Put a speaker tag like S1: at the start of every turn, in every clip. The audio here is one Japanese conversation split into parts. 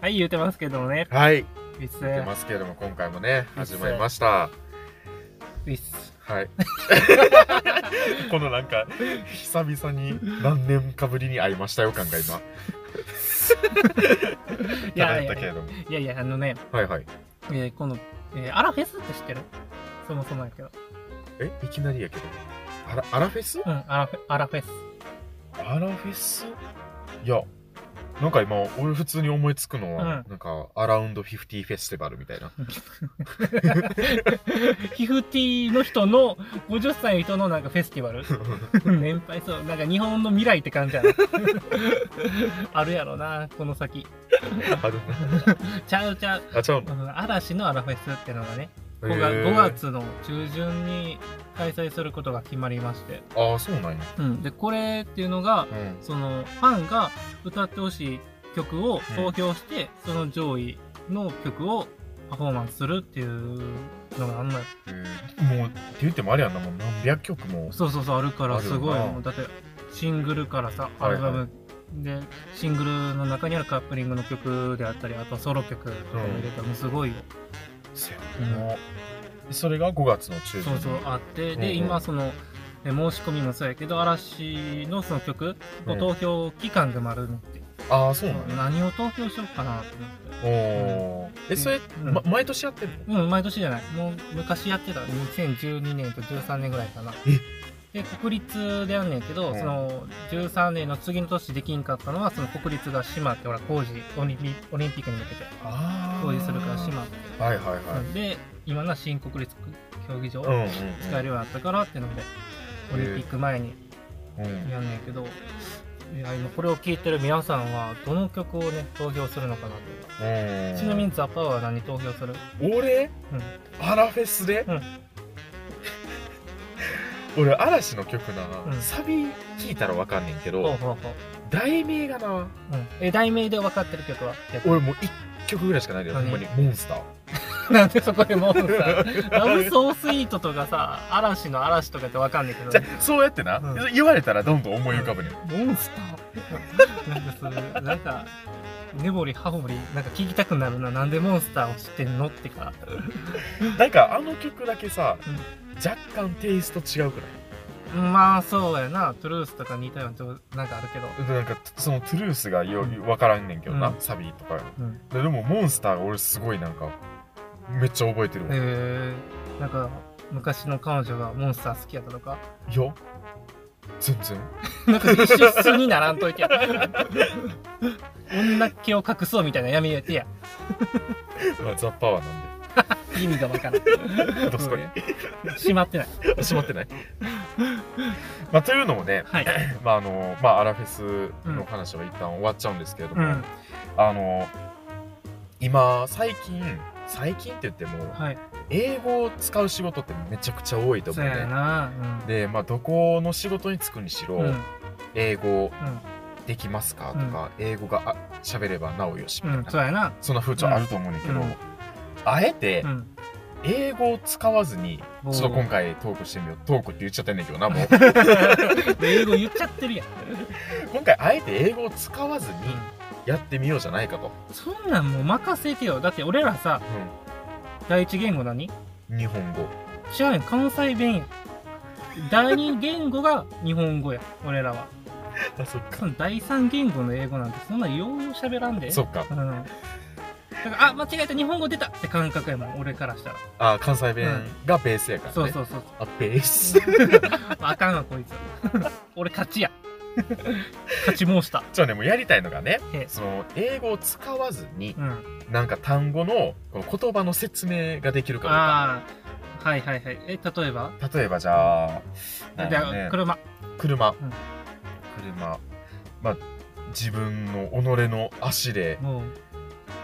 S1: はい、言うてますけどもね。
S2: はい。
S1: ウィス、ウ
S2: 言ってますけれども、今回もね、始まりました。
S1: ィス。
S2: はい。 このなんか、久々に何年かぶりに会いましたよ感が今、
S1: いや
S2: 漂
S1: い
S2: っ
S1: や
S2: たけ
S1: いや
S2: れども。
S1: いやいや、あのね、
S2: はいはい。
S1: えーこの、えーアラフェスって知ってるそもそもやけど。
S2: え、いきなりやけど。あら、アラフェス
S1: うん、アラフェアラフェス。
S2: アラフェスいや、なんか今、俺普通に思いつくのは、なんか、アラウンド50フェスティバルみたい な。
S1: ヒフティの人の、50歳の人のなんかフェスティバ ル。年配そう。なんか日本の未来って感じやな。 あるやろな、この先。
S2: ある
S1: ちゃうちゃう。
S2: な。あ、ちゃう
S1: う
S2: の
S1: ん嵐のアラフェスってのがね、
S2: へ
S1: 5月
S2: ー
S1: 5月の中旬に開催することが決まりまして。
S2: ああ、そうなんや。
S1: うん。で、これっていうのが、
S2: うん。
S1: そのファンが歌ってほしい曲を投票して、その上位の曲をパフォーマンスするっていうのがあんまり
S2: もう、って言ってもあれやんな、もう何百曲も。
S1: そうそうそうあるから
S2: あるよ
S1: す
S2: な
S1: ごいもうだってシングルからさア
S2: はいはい
S1: ルバムでシングルの中にあるカップリングの曲であったりあとソロ曲とか入れたらもうすごいよ、
S2: せやなそれが5月の中旬
S1: そうそうあって
S2: うんう
S1: で
S2: ん
S1: 今そのえ申し込みもそうやけど嵐のその曲
S2: う
S1: の
S2: ん
S1: 投票期間が丸のって、
S2: ああそうなんだ
S1: 何を投票しようかなって思って。
S2: おおーえそれ、
S1: うん
S2: ま、毎年やってるの
S1: うん、毎年じゃない。もう昔やってた。2012年と13年ぐらいかな。で、国立でやんねんけど、
S2: うん
S1: その、13年の次の年できんかったのは、その国立が閉まって、ほら、工事、オリンピオリンピックに向けて、
S2: あ
S1: 工事するから閉
S2: 島
S1: まって。
S2: はいはいは
S1: で、今のは新国立競技場、
S2: い、うんうんうん、
S1: 使えるようになったからってので、オリンピック前に
S2: うん
S1: やんねんけど、いや、今これを聞いてる皆さんは、どの曲をね、投票するのかなと。
S2: うん
S1: ちなみに、ザ・パワーは何投票する
S2: 俺
S1: うん。
S2: アラフェスで、
S1: うん
S2: 俺嵐の曲な、
S1: うん
S2: サビ聞いたらわかんねんけ
S1: ほう
S2: ど
S1: ほうほう。
S2: 題名がな
S1: うん、え題名で分かってる曲は逆に
S2: 俺もう1曲ぐらいしかないけどほ
S1: 何
S2: んまにモンスター
S1: なんでそこでもうさ「 ラブソースイート」とかさ「嵐の嵐」とかって分かんないけど
S2: じゃそうやってな、
S1: うん
S2: 言われたらどんどん思い浮かぶねん
S1: モンスターなんかそれなんか根掘り葉掘りなんか聞きたくなるななんでモンスターを知ってんのってか
S2: なんかあの曲だけさ、
S1: うん
S2: 若干テイスト違うくない
S1: まあそうやな「トゥルース」とか似たようなちょなんかあるけど
S2: なんかそのトゥルースがよ、
S1: う
S2: うん分からんねんけど
S1: う
S2: な、
S1: ん
S2: サビとか
S1: うん
S2: ででもモンスターが俺すごいなんかめっちゃ覚えてるわ、
S1: えー、なんか昔の彼女がモンスター好きやったとか
S2: いや全然
S1: なんか一緒にならんといてや女気を隠そうみたいな闇やってや
S2: まあザ・パワーなん
S1: 意味がわからん
S2: でどすこに
S1: 閉まってない。
S2: 閉まってないまあというのもね
S1: はい。
S2: まああのまあアラフェスの話は一旦終わっちゃうんですけれど
S1: う
S2: も、
S1: ん。
S2: あの今最近最近って言っても
S1: はい。
S2: 英語を使う仕事ってめちゃくちゃ多いと思
S1: そうう
S2: ね
S1: やな。
S2: でまあどこの仕事に就くにしろ、
S1: うん。うん。
S2: 英語できますかとか、英語があ喋ればなおよしみ
S1: うん。
S2: たい
S1: う
S2: な、
S1: ん。そうやな。
S2: そんな風潮あると思うんだけど、
S1: うん
S2: あえて
S1: うん。
S2: 英語を使わずに、
S1: おー
S2: ちょっと今回トークしてみようトークって言っちゃってんだけど なもう
S1: 英語言っちゃってるやん。
S2: 今回あえて英語を使わずにやってみようじゃないかと、
S1: そんなんもう任せてよ。だって俺らさ、第一言語何
S2: 日本語
S1: 知らんやん。関西弁やん。第二言語が日本語や。俺らは。
S2: あそっ
S1: その第三言語の英語なんてそんなんよう喋らんで。。
S2: そうっか
S1: うん。だから、あ、間違えた、日本語出たって感覚やもん、俺からしたら。
S2: あ関西弁がベースやからね、
S1: そうそうそう。
S2: あベース
S1: あかんわ、こいつ。俺勝ちや。勝ち申した。
S2: じゃあねもうやりたいのがね
S1: ええ
S2: その英語を使わずに
S1: うん。
S2: なんか単語のこの言葉の説明ができるかどうか
S1: ああ、はいはいはい。え、例えば
S2: 例えばじゃあ、なん
S1: じ
S2: や
S1: ゃ
S2: ろ
S1: あ、
S2: ね、
S1: 車。
S2: 車、
S1: ん
S2: 車まあ自分の己の足で
S1: もう、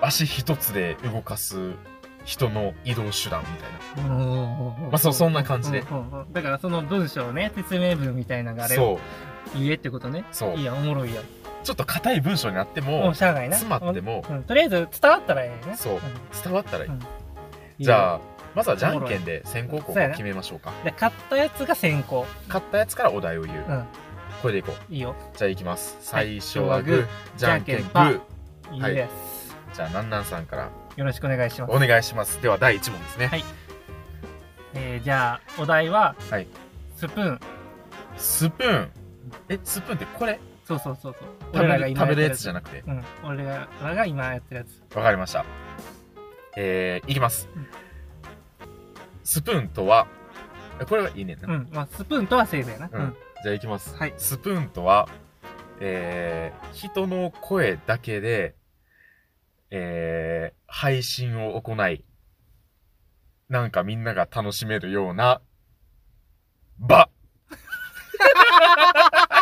S2: 足一つで動かす人の移動手段みたいな
S1: ま
S2: まあそうそんな感じで
S1: だからその文章をね、説明文みたいなのがあれを
S2: そう
S1: 言えってことね。
S2: そう
S1: いいやん、おもろいやん。
S2: ちょっと硬い文章になって
S1: も
S2: も
S1: うしゃあないな。
S2: 詰まっても
S1: うん。とりあえず伝わったらええね。
S2: そうん伝わったらいい、
S1: うん
S2: じ
S1: あ。
S2: ゃあまずはじゃんけんで先行後
S1: そうや
S2: 攻
S1: な
S2: 決めましょうか
S1: で買ったやつが先行。
S2: 買ったやつからお題を言う、
S1: うん。
S2: これでいこ
S1: いいよ。
S2: うじゃあいきます
S1: はい
S2: 最初はグー、じゃんけん
S1: じゃんけん
S2: グ
S1: パー
S2: ー
S1: いい
S2: はい
S1: です。
S2: じゃあ、なんなんさんから
S1: よろしくお願いします
S2: お願いします。では、第1問ですね。
S1: はいえーじゃあお題は、
S2: はい
S1: スプーン
S2: スプーン。え、スプーンってこれ
S1: そうそうそうそう
S2: 食べる食べるや
S1: や
S2: つじゃなくて。
S1: うん俺らが今やってるやつ
S2: わかりました。えー、いきます
S1: うん。
S2: スプーンとは、えこれはいいねんな。
S1: うんまあスプーンとはセーフやな
S2: うんじゃあいきます。
S1: はい
S2: スプーンとは、えー、人の声だけで、えー、配信を行い、なんかみんなが楽しめるような、場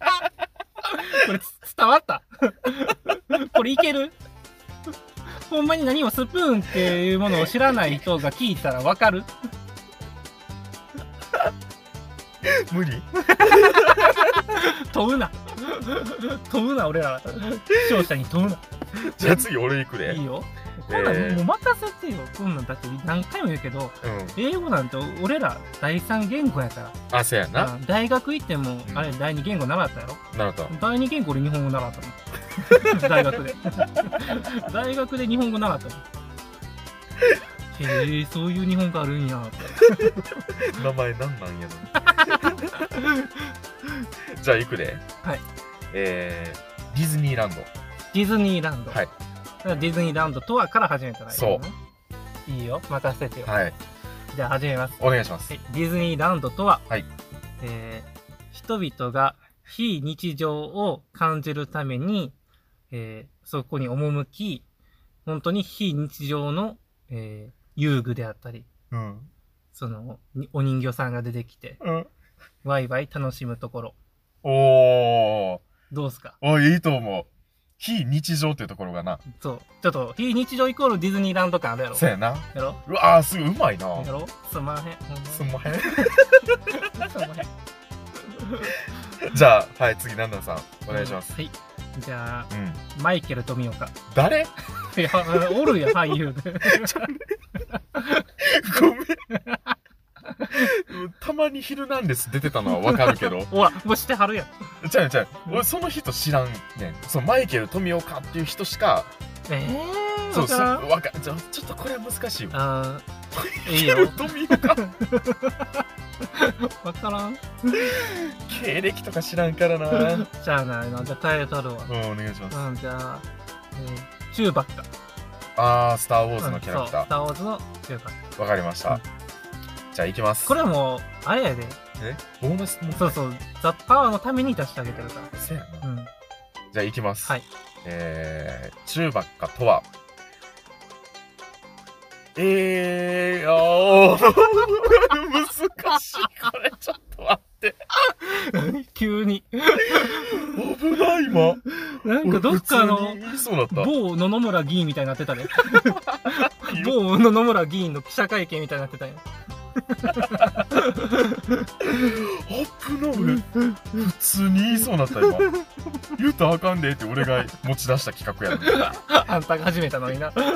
S1: これつ伝わったこれいけるほんまに何もスプーンっていうものを知らない人が聞いたらわかる
S2: 無理
S1: 問うな問うな俺らは視聴者に問うな
S2: じゃあ次俺行くで。
S1: いいよこんなんもう任せてよこんなんだって何回も言うけど
S2: うん。
S1: 英語なんて俺ら第三言語やから
S2: あ、せやな。
S1: うん大学行っても
S2: うん
S1: あれ第二言語習ったやろ
S2: なるほ ど。
S1: 第二言語で日本語習った の大学で大学で日本語習ったのへえそういう日本があるんや
S2: 名前なんなんやの じゃあ行くで。
S1: はい。
S2: えー、ディズニーランド。
S1: ディズニーランド、
S2: はい
S1: だからディズニーランドとはから始めたらいいよねいいよ任せてよ、
S2: はい。
S1: じゃあ始めます
S2: お願いします
S1: は。いディズニーランドとは、
S2: はい
S1: えー人々が非日常を感じるために、えーそこに赴き、本当に非日常の、えー遊具であったり、
S2: うん。
S1: その、にお人形さんが出てきて、
S2: うん。
S1: ワイワイ楽しむところ。
S2: おー。
S1: どうすか
S2: あ、いいと思う。非日常っていうところがな。
S1: そう。ちょっと、非日常イコールディズニーランド感あるやろ
S2: そやな。
S1: やろ
S2: うわー、すごいうまいな。
S1: やろすまへん。ほんまに
S2: すんまへん。
S1: すまへん。
S2: じゃあ、はい、次、なんなんさん、 お願いします。
S1: はい。じゃあ、
S2: うん。
S1: マイケル富岡。
S2: 誰
S1: いや、おるやん、俳 優で。
S2: ごめん。 たまに「ヒルナンデス」出てたのはわかるけど
S1: ほら、もうしてはるやん。
S2: 違う違う俺その人知らんねんそうマイケル富岡っていう人しか
S1: ええー、
S2: そう
S1: わか
S2: そう
S1: らん
S2: わかちょちょっとこれは難しいわ
S1: あーいい
S2: マイケ
S1: よ
S2: ル富岡
S1: わからん
S2: 経歴とか知らんからなうん
S1: じゃあななじゃあタイトルは
S2: お願いします
S1: うんじゃあ、えー、チューバッカ
S2: あースター・ウォーズ
S1: う
S2: の
S1: ん
S2: キャラ
S1: そう
S2: ク
S1: ス
S2: タ
S1: タ
S2: ー
S1: ー・ウォーズのチューバッカ
S2: わかりまし
S1: う
S2: た
S1: ん
S2: じゃあ行きます
S1: これはもうあれやで
S2: えボーナスも
S1: そうそうザ・パワーのために出してあげてるか
S2: せやな
S1: らうん
S2: じゃあ行きます。
S1: はい。
S2: えー、チューバッカとは、えー、おー 難しい。これちょっと待って。
S1: 急に
S2: 危ない、今。
S1: なんかどっか
S2: 俺
S1: の
S2: 普通に言いそうだった。
S1: 某野々村議員みたいになってた で
S2: いいよ
S1: 某野々村議員の記者会見みたいになってたよ
S2: 危ない。俺普通に言いそうだっ た、今。言うとあかんでって俺が持ち出した企画やのに。
S1: あんたが始めたのにな
S2: うわ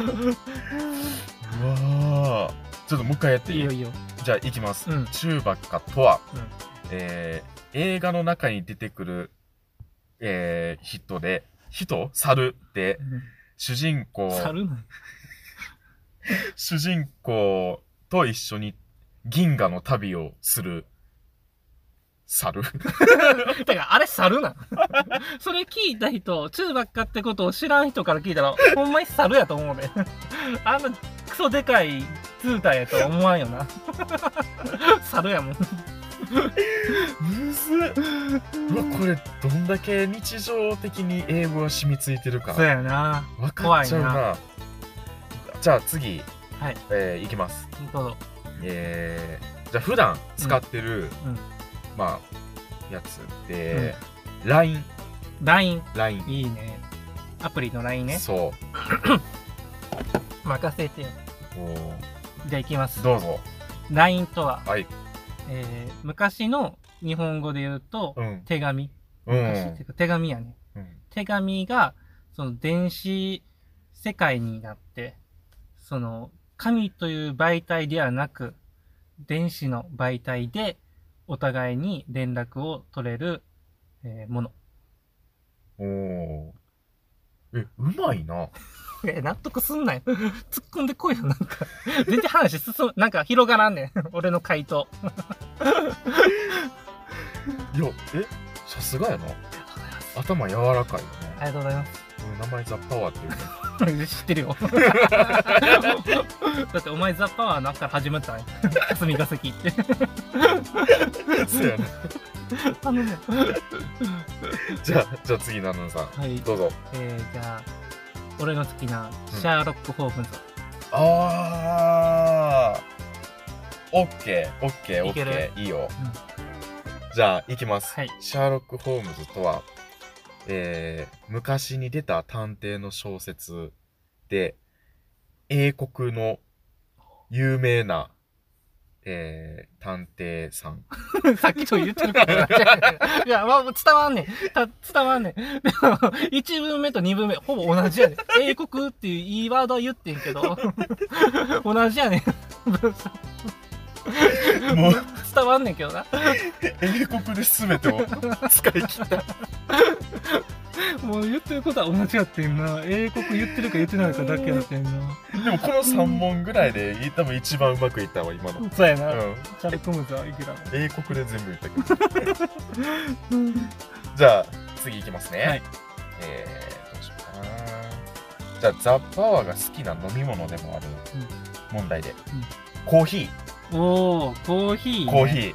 S2: ー。ちょっともう一回やって
S1: い
S2: い
S1: い
S2: い
S1: よいいよ
S2: じゃあ行きます。
S1: うん
S2: チューバッカとは、
S1: うん
S2: えー映画の中に出てくる、えー人で、人猿で、主人公、
S1: 猿なん
S2: 主人公と一緒に銀河の旅をする、猿
S1: だから、あれ猿なんそれ聞いた人、チューバッカってことを知らん人から聞いたら、ほんまに猿やと思うね。あんなクソでかい通体やとは思わんよ な。猿やもん。
S2: むずうわ、これ、どんだけ日常的に英語が染みついてるか。
S1: そうやな。
S2: わかっちゃうな。
S1: 怖
S2: じゃあ次、
S1: はい
S2: えーいきます。
S1: どうぞ。
S2: えーじゃあ普段使ってる、
S1: うんうん
S2: まあやつで、LINE
S1: LINE。
S2: LINE
S1: いいね。アプリの LINE ね。
S2: そ
S1: 任せてよ。
S2: うお
S1: じゃあ行きます。
S2: どうぞ
S1: LINE とは、
S2: はい
S1: えー昔の日本語で言うと、
S2: うん
S1: 手紙。
S2: うん、
S1: 昔っていうか手紙やね。
S2: うん
S1: 手紙が、その電子世界になって、その、紙という媒体ではなく、電子の媒体で、お互いに連絡を取れる、えーもの。
S2: おーえうまいな
S1: いや納得すんなよ。 突っ込んでこいよ、なんか。全然話進む、なんか広がらん ねん。俺の回答。
S2: いやえさすがやな
S1: ありがとうございます。
S2: 頭柔らかいよ
S1: あり
S2: ね
S1: がとうございます。
S2: 俺名前ザ・パワーっていう ね
S1: 知ってるよ。 だってお前ザ・パワーなんから始めたんや。 霞が関行って。
S2: そ うやね
S1: あのね。
S2: じゃあじゃあ次ナナさん
S1: はい。
S2: どうぞ
S1: えー、じゃあ、俺の好きなシャーロック・ホームズ。
S2: ああオッケーオッケーオ
S1: いけ
S2: ッ
S1: る
S2: ケーいいよ、
S1: うん
S2: じゃあ行きます、
S1: はい
S2: シャーロック・ホームズとは、えー昔に出た探偵の小説で英国の有名な、えー探偵さん
S1: さっきと言ってるから。 いや、まあ、伝わんねん。た伝わんねん。でも、1文目と2文目、ほぼ同じやねん。英国っていういいワードは言ってんけ ど、同じやねん。
S2: もう
S1: 伝わんねんけどな。
S2: 英国で全てを 使い切った
S1: もう言ってることは同じやってんな。英国言ってるか言ってないかだけやってんな。
S2: でもこの3問ぐらいで多分一番うまくいったわ今の、うん、
S1: そうやな。シャーロック・ホームズはいくら
S2: 英国で全部言ったけどじゃあ次いきますね。
S1: はい
S2: えー、どうしようかな。じゃあザ・パワーが好きな飲み物でもある問題で。コーヒー、
S1: おおコーヒー、ね、
S2: コーヒ
S1: ー
S2: ー。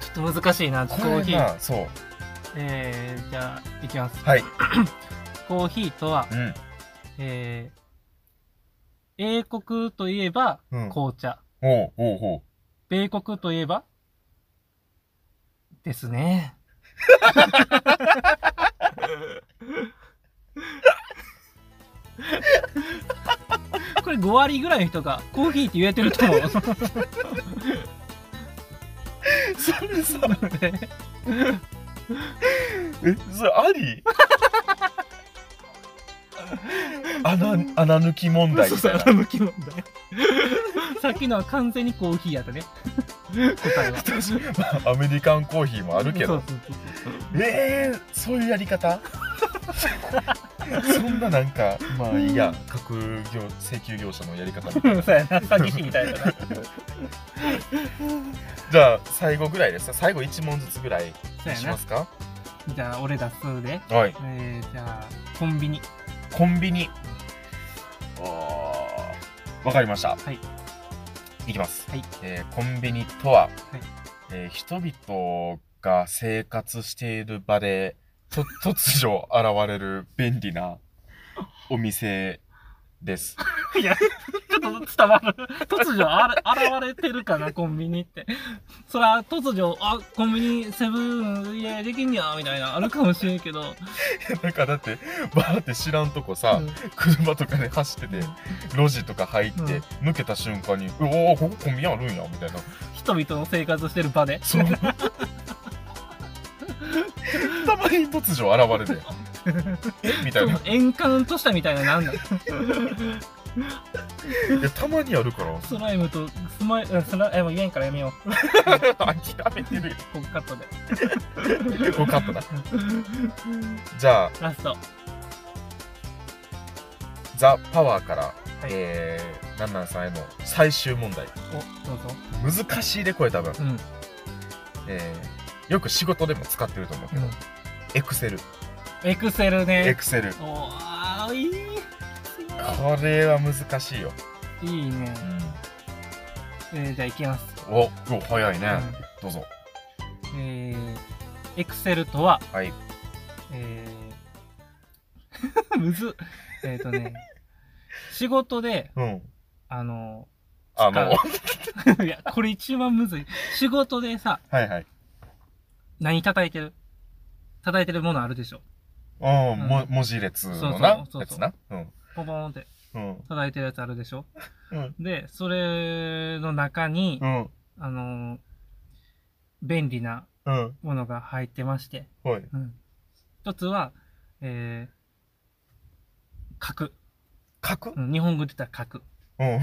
S1: ちょっと難しいなコ
S2: こ
S1: ーヒ
S2: れ
S1: ー
S2: な、そう。
S1: えー、じゃあいきます
S2: はい。
S1: コーヒーとは、
S2: うん。
S1: えー、英国といえば
S2: うん、
S1: 紅茶、
S2: おうおうおう。
S1: 米国といえばですねこれ5割ぐらいの人がコーヒーって言えてると思う
S2: それさ、え、それあ り穴、穴抜き問題
S1: そう
S2: み
S1: そ
S2: た
S1: う
S2: いな。
S1: あの気分だよさっきのは完全にコーヒーやったね答えは
S2: まあアメリカンコーヒーもあるけど
S1: そう。そうそうそう
S2: えー、そういうや り方そんななんかまあいいや各業請求業者のやり方みたい な
S1: そうやな、詐欺師みたいだな。
S2: じゃあ最後ぐらいですか最後1問ずつぐらい
S1: そう
S2: に
S1: や
S2: しま
S1: な。
S2: すか
S1: じゃあ、俺出すで。
S2: はい
S1: えー、じゃあ、コンビニ。
S2: コンビニあーわかりました
S1: はい
S2: いきま す、
S1: はい
S2: えーコンビニとは、えー人々が生活している場でと 突如現れる便利なお店 です
S1: いや、ちょっと伝わる。突如あら、現れてるかな、コンビニって。そら、突如、あ、コンビニ、セブン、いや、できんや、みたいな、あるかもしれんけど。
S2: なんかだってバーって知らんとこさ、
S1: うん
S2: 車とかで走ってて路地とか入って、
S1: うん
S2: 抜けた瞬間に「うおおここコンビニあるんや」みたいな
S1: 人々の生活してる場で。
S2: そうたまに突如現れて「えみたいな
S1: エンカウントしたみたいな、なんだ。
S2: いやたまにあ るから
S1: スライムと、スマイ、うんスライム、言えんからやめよう。
S2: 諦めて るよ
S1: ここカットで。
S2: 結構カットだじゃあ
S1: ラスト。
S2: 「ザ・パワーから、
S1: い
S2: えー、なんなんさんへの最終問題
S1: お、どうぞ。
S2: 難しいでこれ多分、
S1: うん。
S2: えーよく仕事でも使ってると思うけど、エクセル
S1: エクセル
S2: エ
S1: ね。
S2: クセル
S1: おー、いい。
S2: これは難しいよ、
S1: いいね。えー、じゃあ行きます。
S2: おお早いね、どうぞ
S1: うんえー、エクセルとは、
S2: はい
S1: えー、 むずっ。えっ、ー、とね、仕事で、
S2: うん
S1: あの、
S2: あの
S1: いや、これ一番むずい。仕事でさ、
S2: はいはい
S1: 何叩いてる叩いてるものあるでしょ。
S2: うん、
S1: うん
S2: も文字列
S1: そうそ
S2: のな
S1: うそうそう
S2: やつなうん
S1: ポポーンって
S2: うん
S1: 叩いてるやつあるでしょ。
S2: うん
S1: で、それの中に
S2: う、ん
S1: あのー、便利な
S2: うん
S1: ものが入ってまして、
S2: はい
S1: うん。一つは、えー、角。
S2: 書く
S1: うん日本語で言ったら角。
S2: うん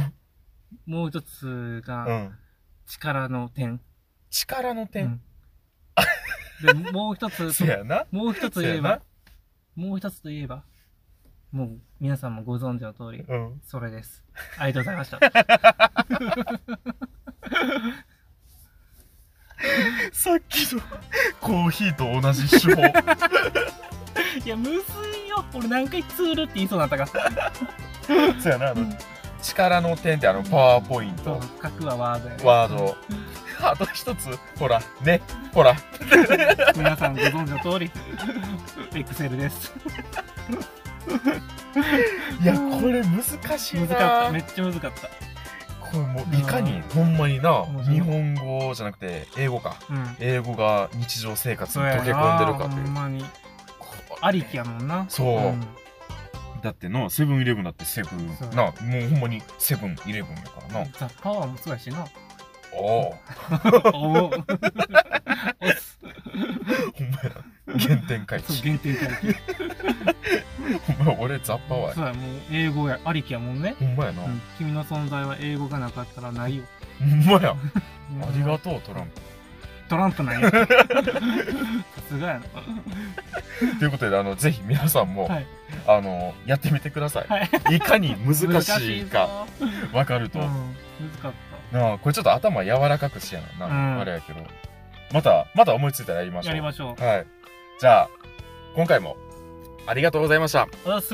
S1: もう一つ
S2: う
S1: が、
S2: ん
S1: 力の点。
S2: 力の点、
S1: うんで、もう一つ、
S2: せやな
S1: もう一つ言え
S2: せやな
S1: ば、もう一つと言えば、もう皆さんもご存知の通り、
S2: うん。
S1: それです。ありがとうございました。
S2: さっきのコーヒーと同じ手法。
S1: いや、むずいよ。俺何回ツールって言いそうになったから。
S2: そうやな、あ
S1: う
S2: の
S1: ん、
S2: 力の点ってあの、パワーポイン
S1: そ
S2: ト
S1: う、、核はワードやね
S2: ワード。 あと一つ、ほら、ね、ほら。
S1: 皆さんご存知の 通り、エクセルです。
S2: いや、これ難しい
S1: 難
S2: な。
S1: かった。めっちゃ難かっ
S2: これもういかに、ほんまにな
S1: うん、
S2: 日本語じゃなくて、英語か。
S1: た。うん。
S2: 英語が日常生活
S1: そ
S2: に
S1: うや
S2: 溶
S1: な
S2: け込んでるかと
S1: ほ
S2: い
S1: ん
S2: う。
S1: まに。
S2: これ
S1: ありきやもんな。
S2: そう
S1: うん
S2: だってのセブンイレブンだってセブン
S1: そう
S2: なもうほんまにセブンイレブンやからな
S1: ザ・パワーもそうやしな。
S2: おお
S1: おお。押す
S2: ほんまや原点回
S1: そう、
S2: 帰
S1: 原点回帰。
S2: ほんまや俺ザッパワー
S1: そ
S2: や
S1: うや、もう英語や、ありきやもんね。
S2: ほんまやな
S1: う
S2: ほ
S1: ん、君の存在は英語がなかったらないよ。
S2: んまやあり
S1: と
S2: がとうトラン
S1: トランプなんや。さすがや
S2: プということであのぜひ皆さんも
S1: な。はい。
S2: あのやってみてください
S1: はい。
S2: いかに難しいか
S1: 難しいぞ。
S2: わかる
S1: う
S2: と
S1: ん。難かっ
S2: なあこれちょっと頭柔らかくしやな
S1: うん
S2: なあれやけどまたまた思いついたらやりま
S1: た。
S2: しょ
S1: やり
S2: う
S1: ましょう。
S2: はいじゃあ今回もありがとうございました
S1: おやす。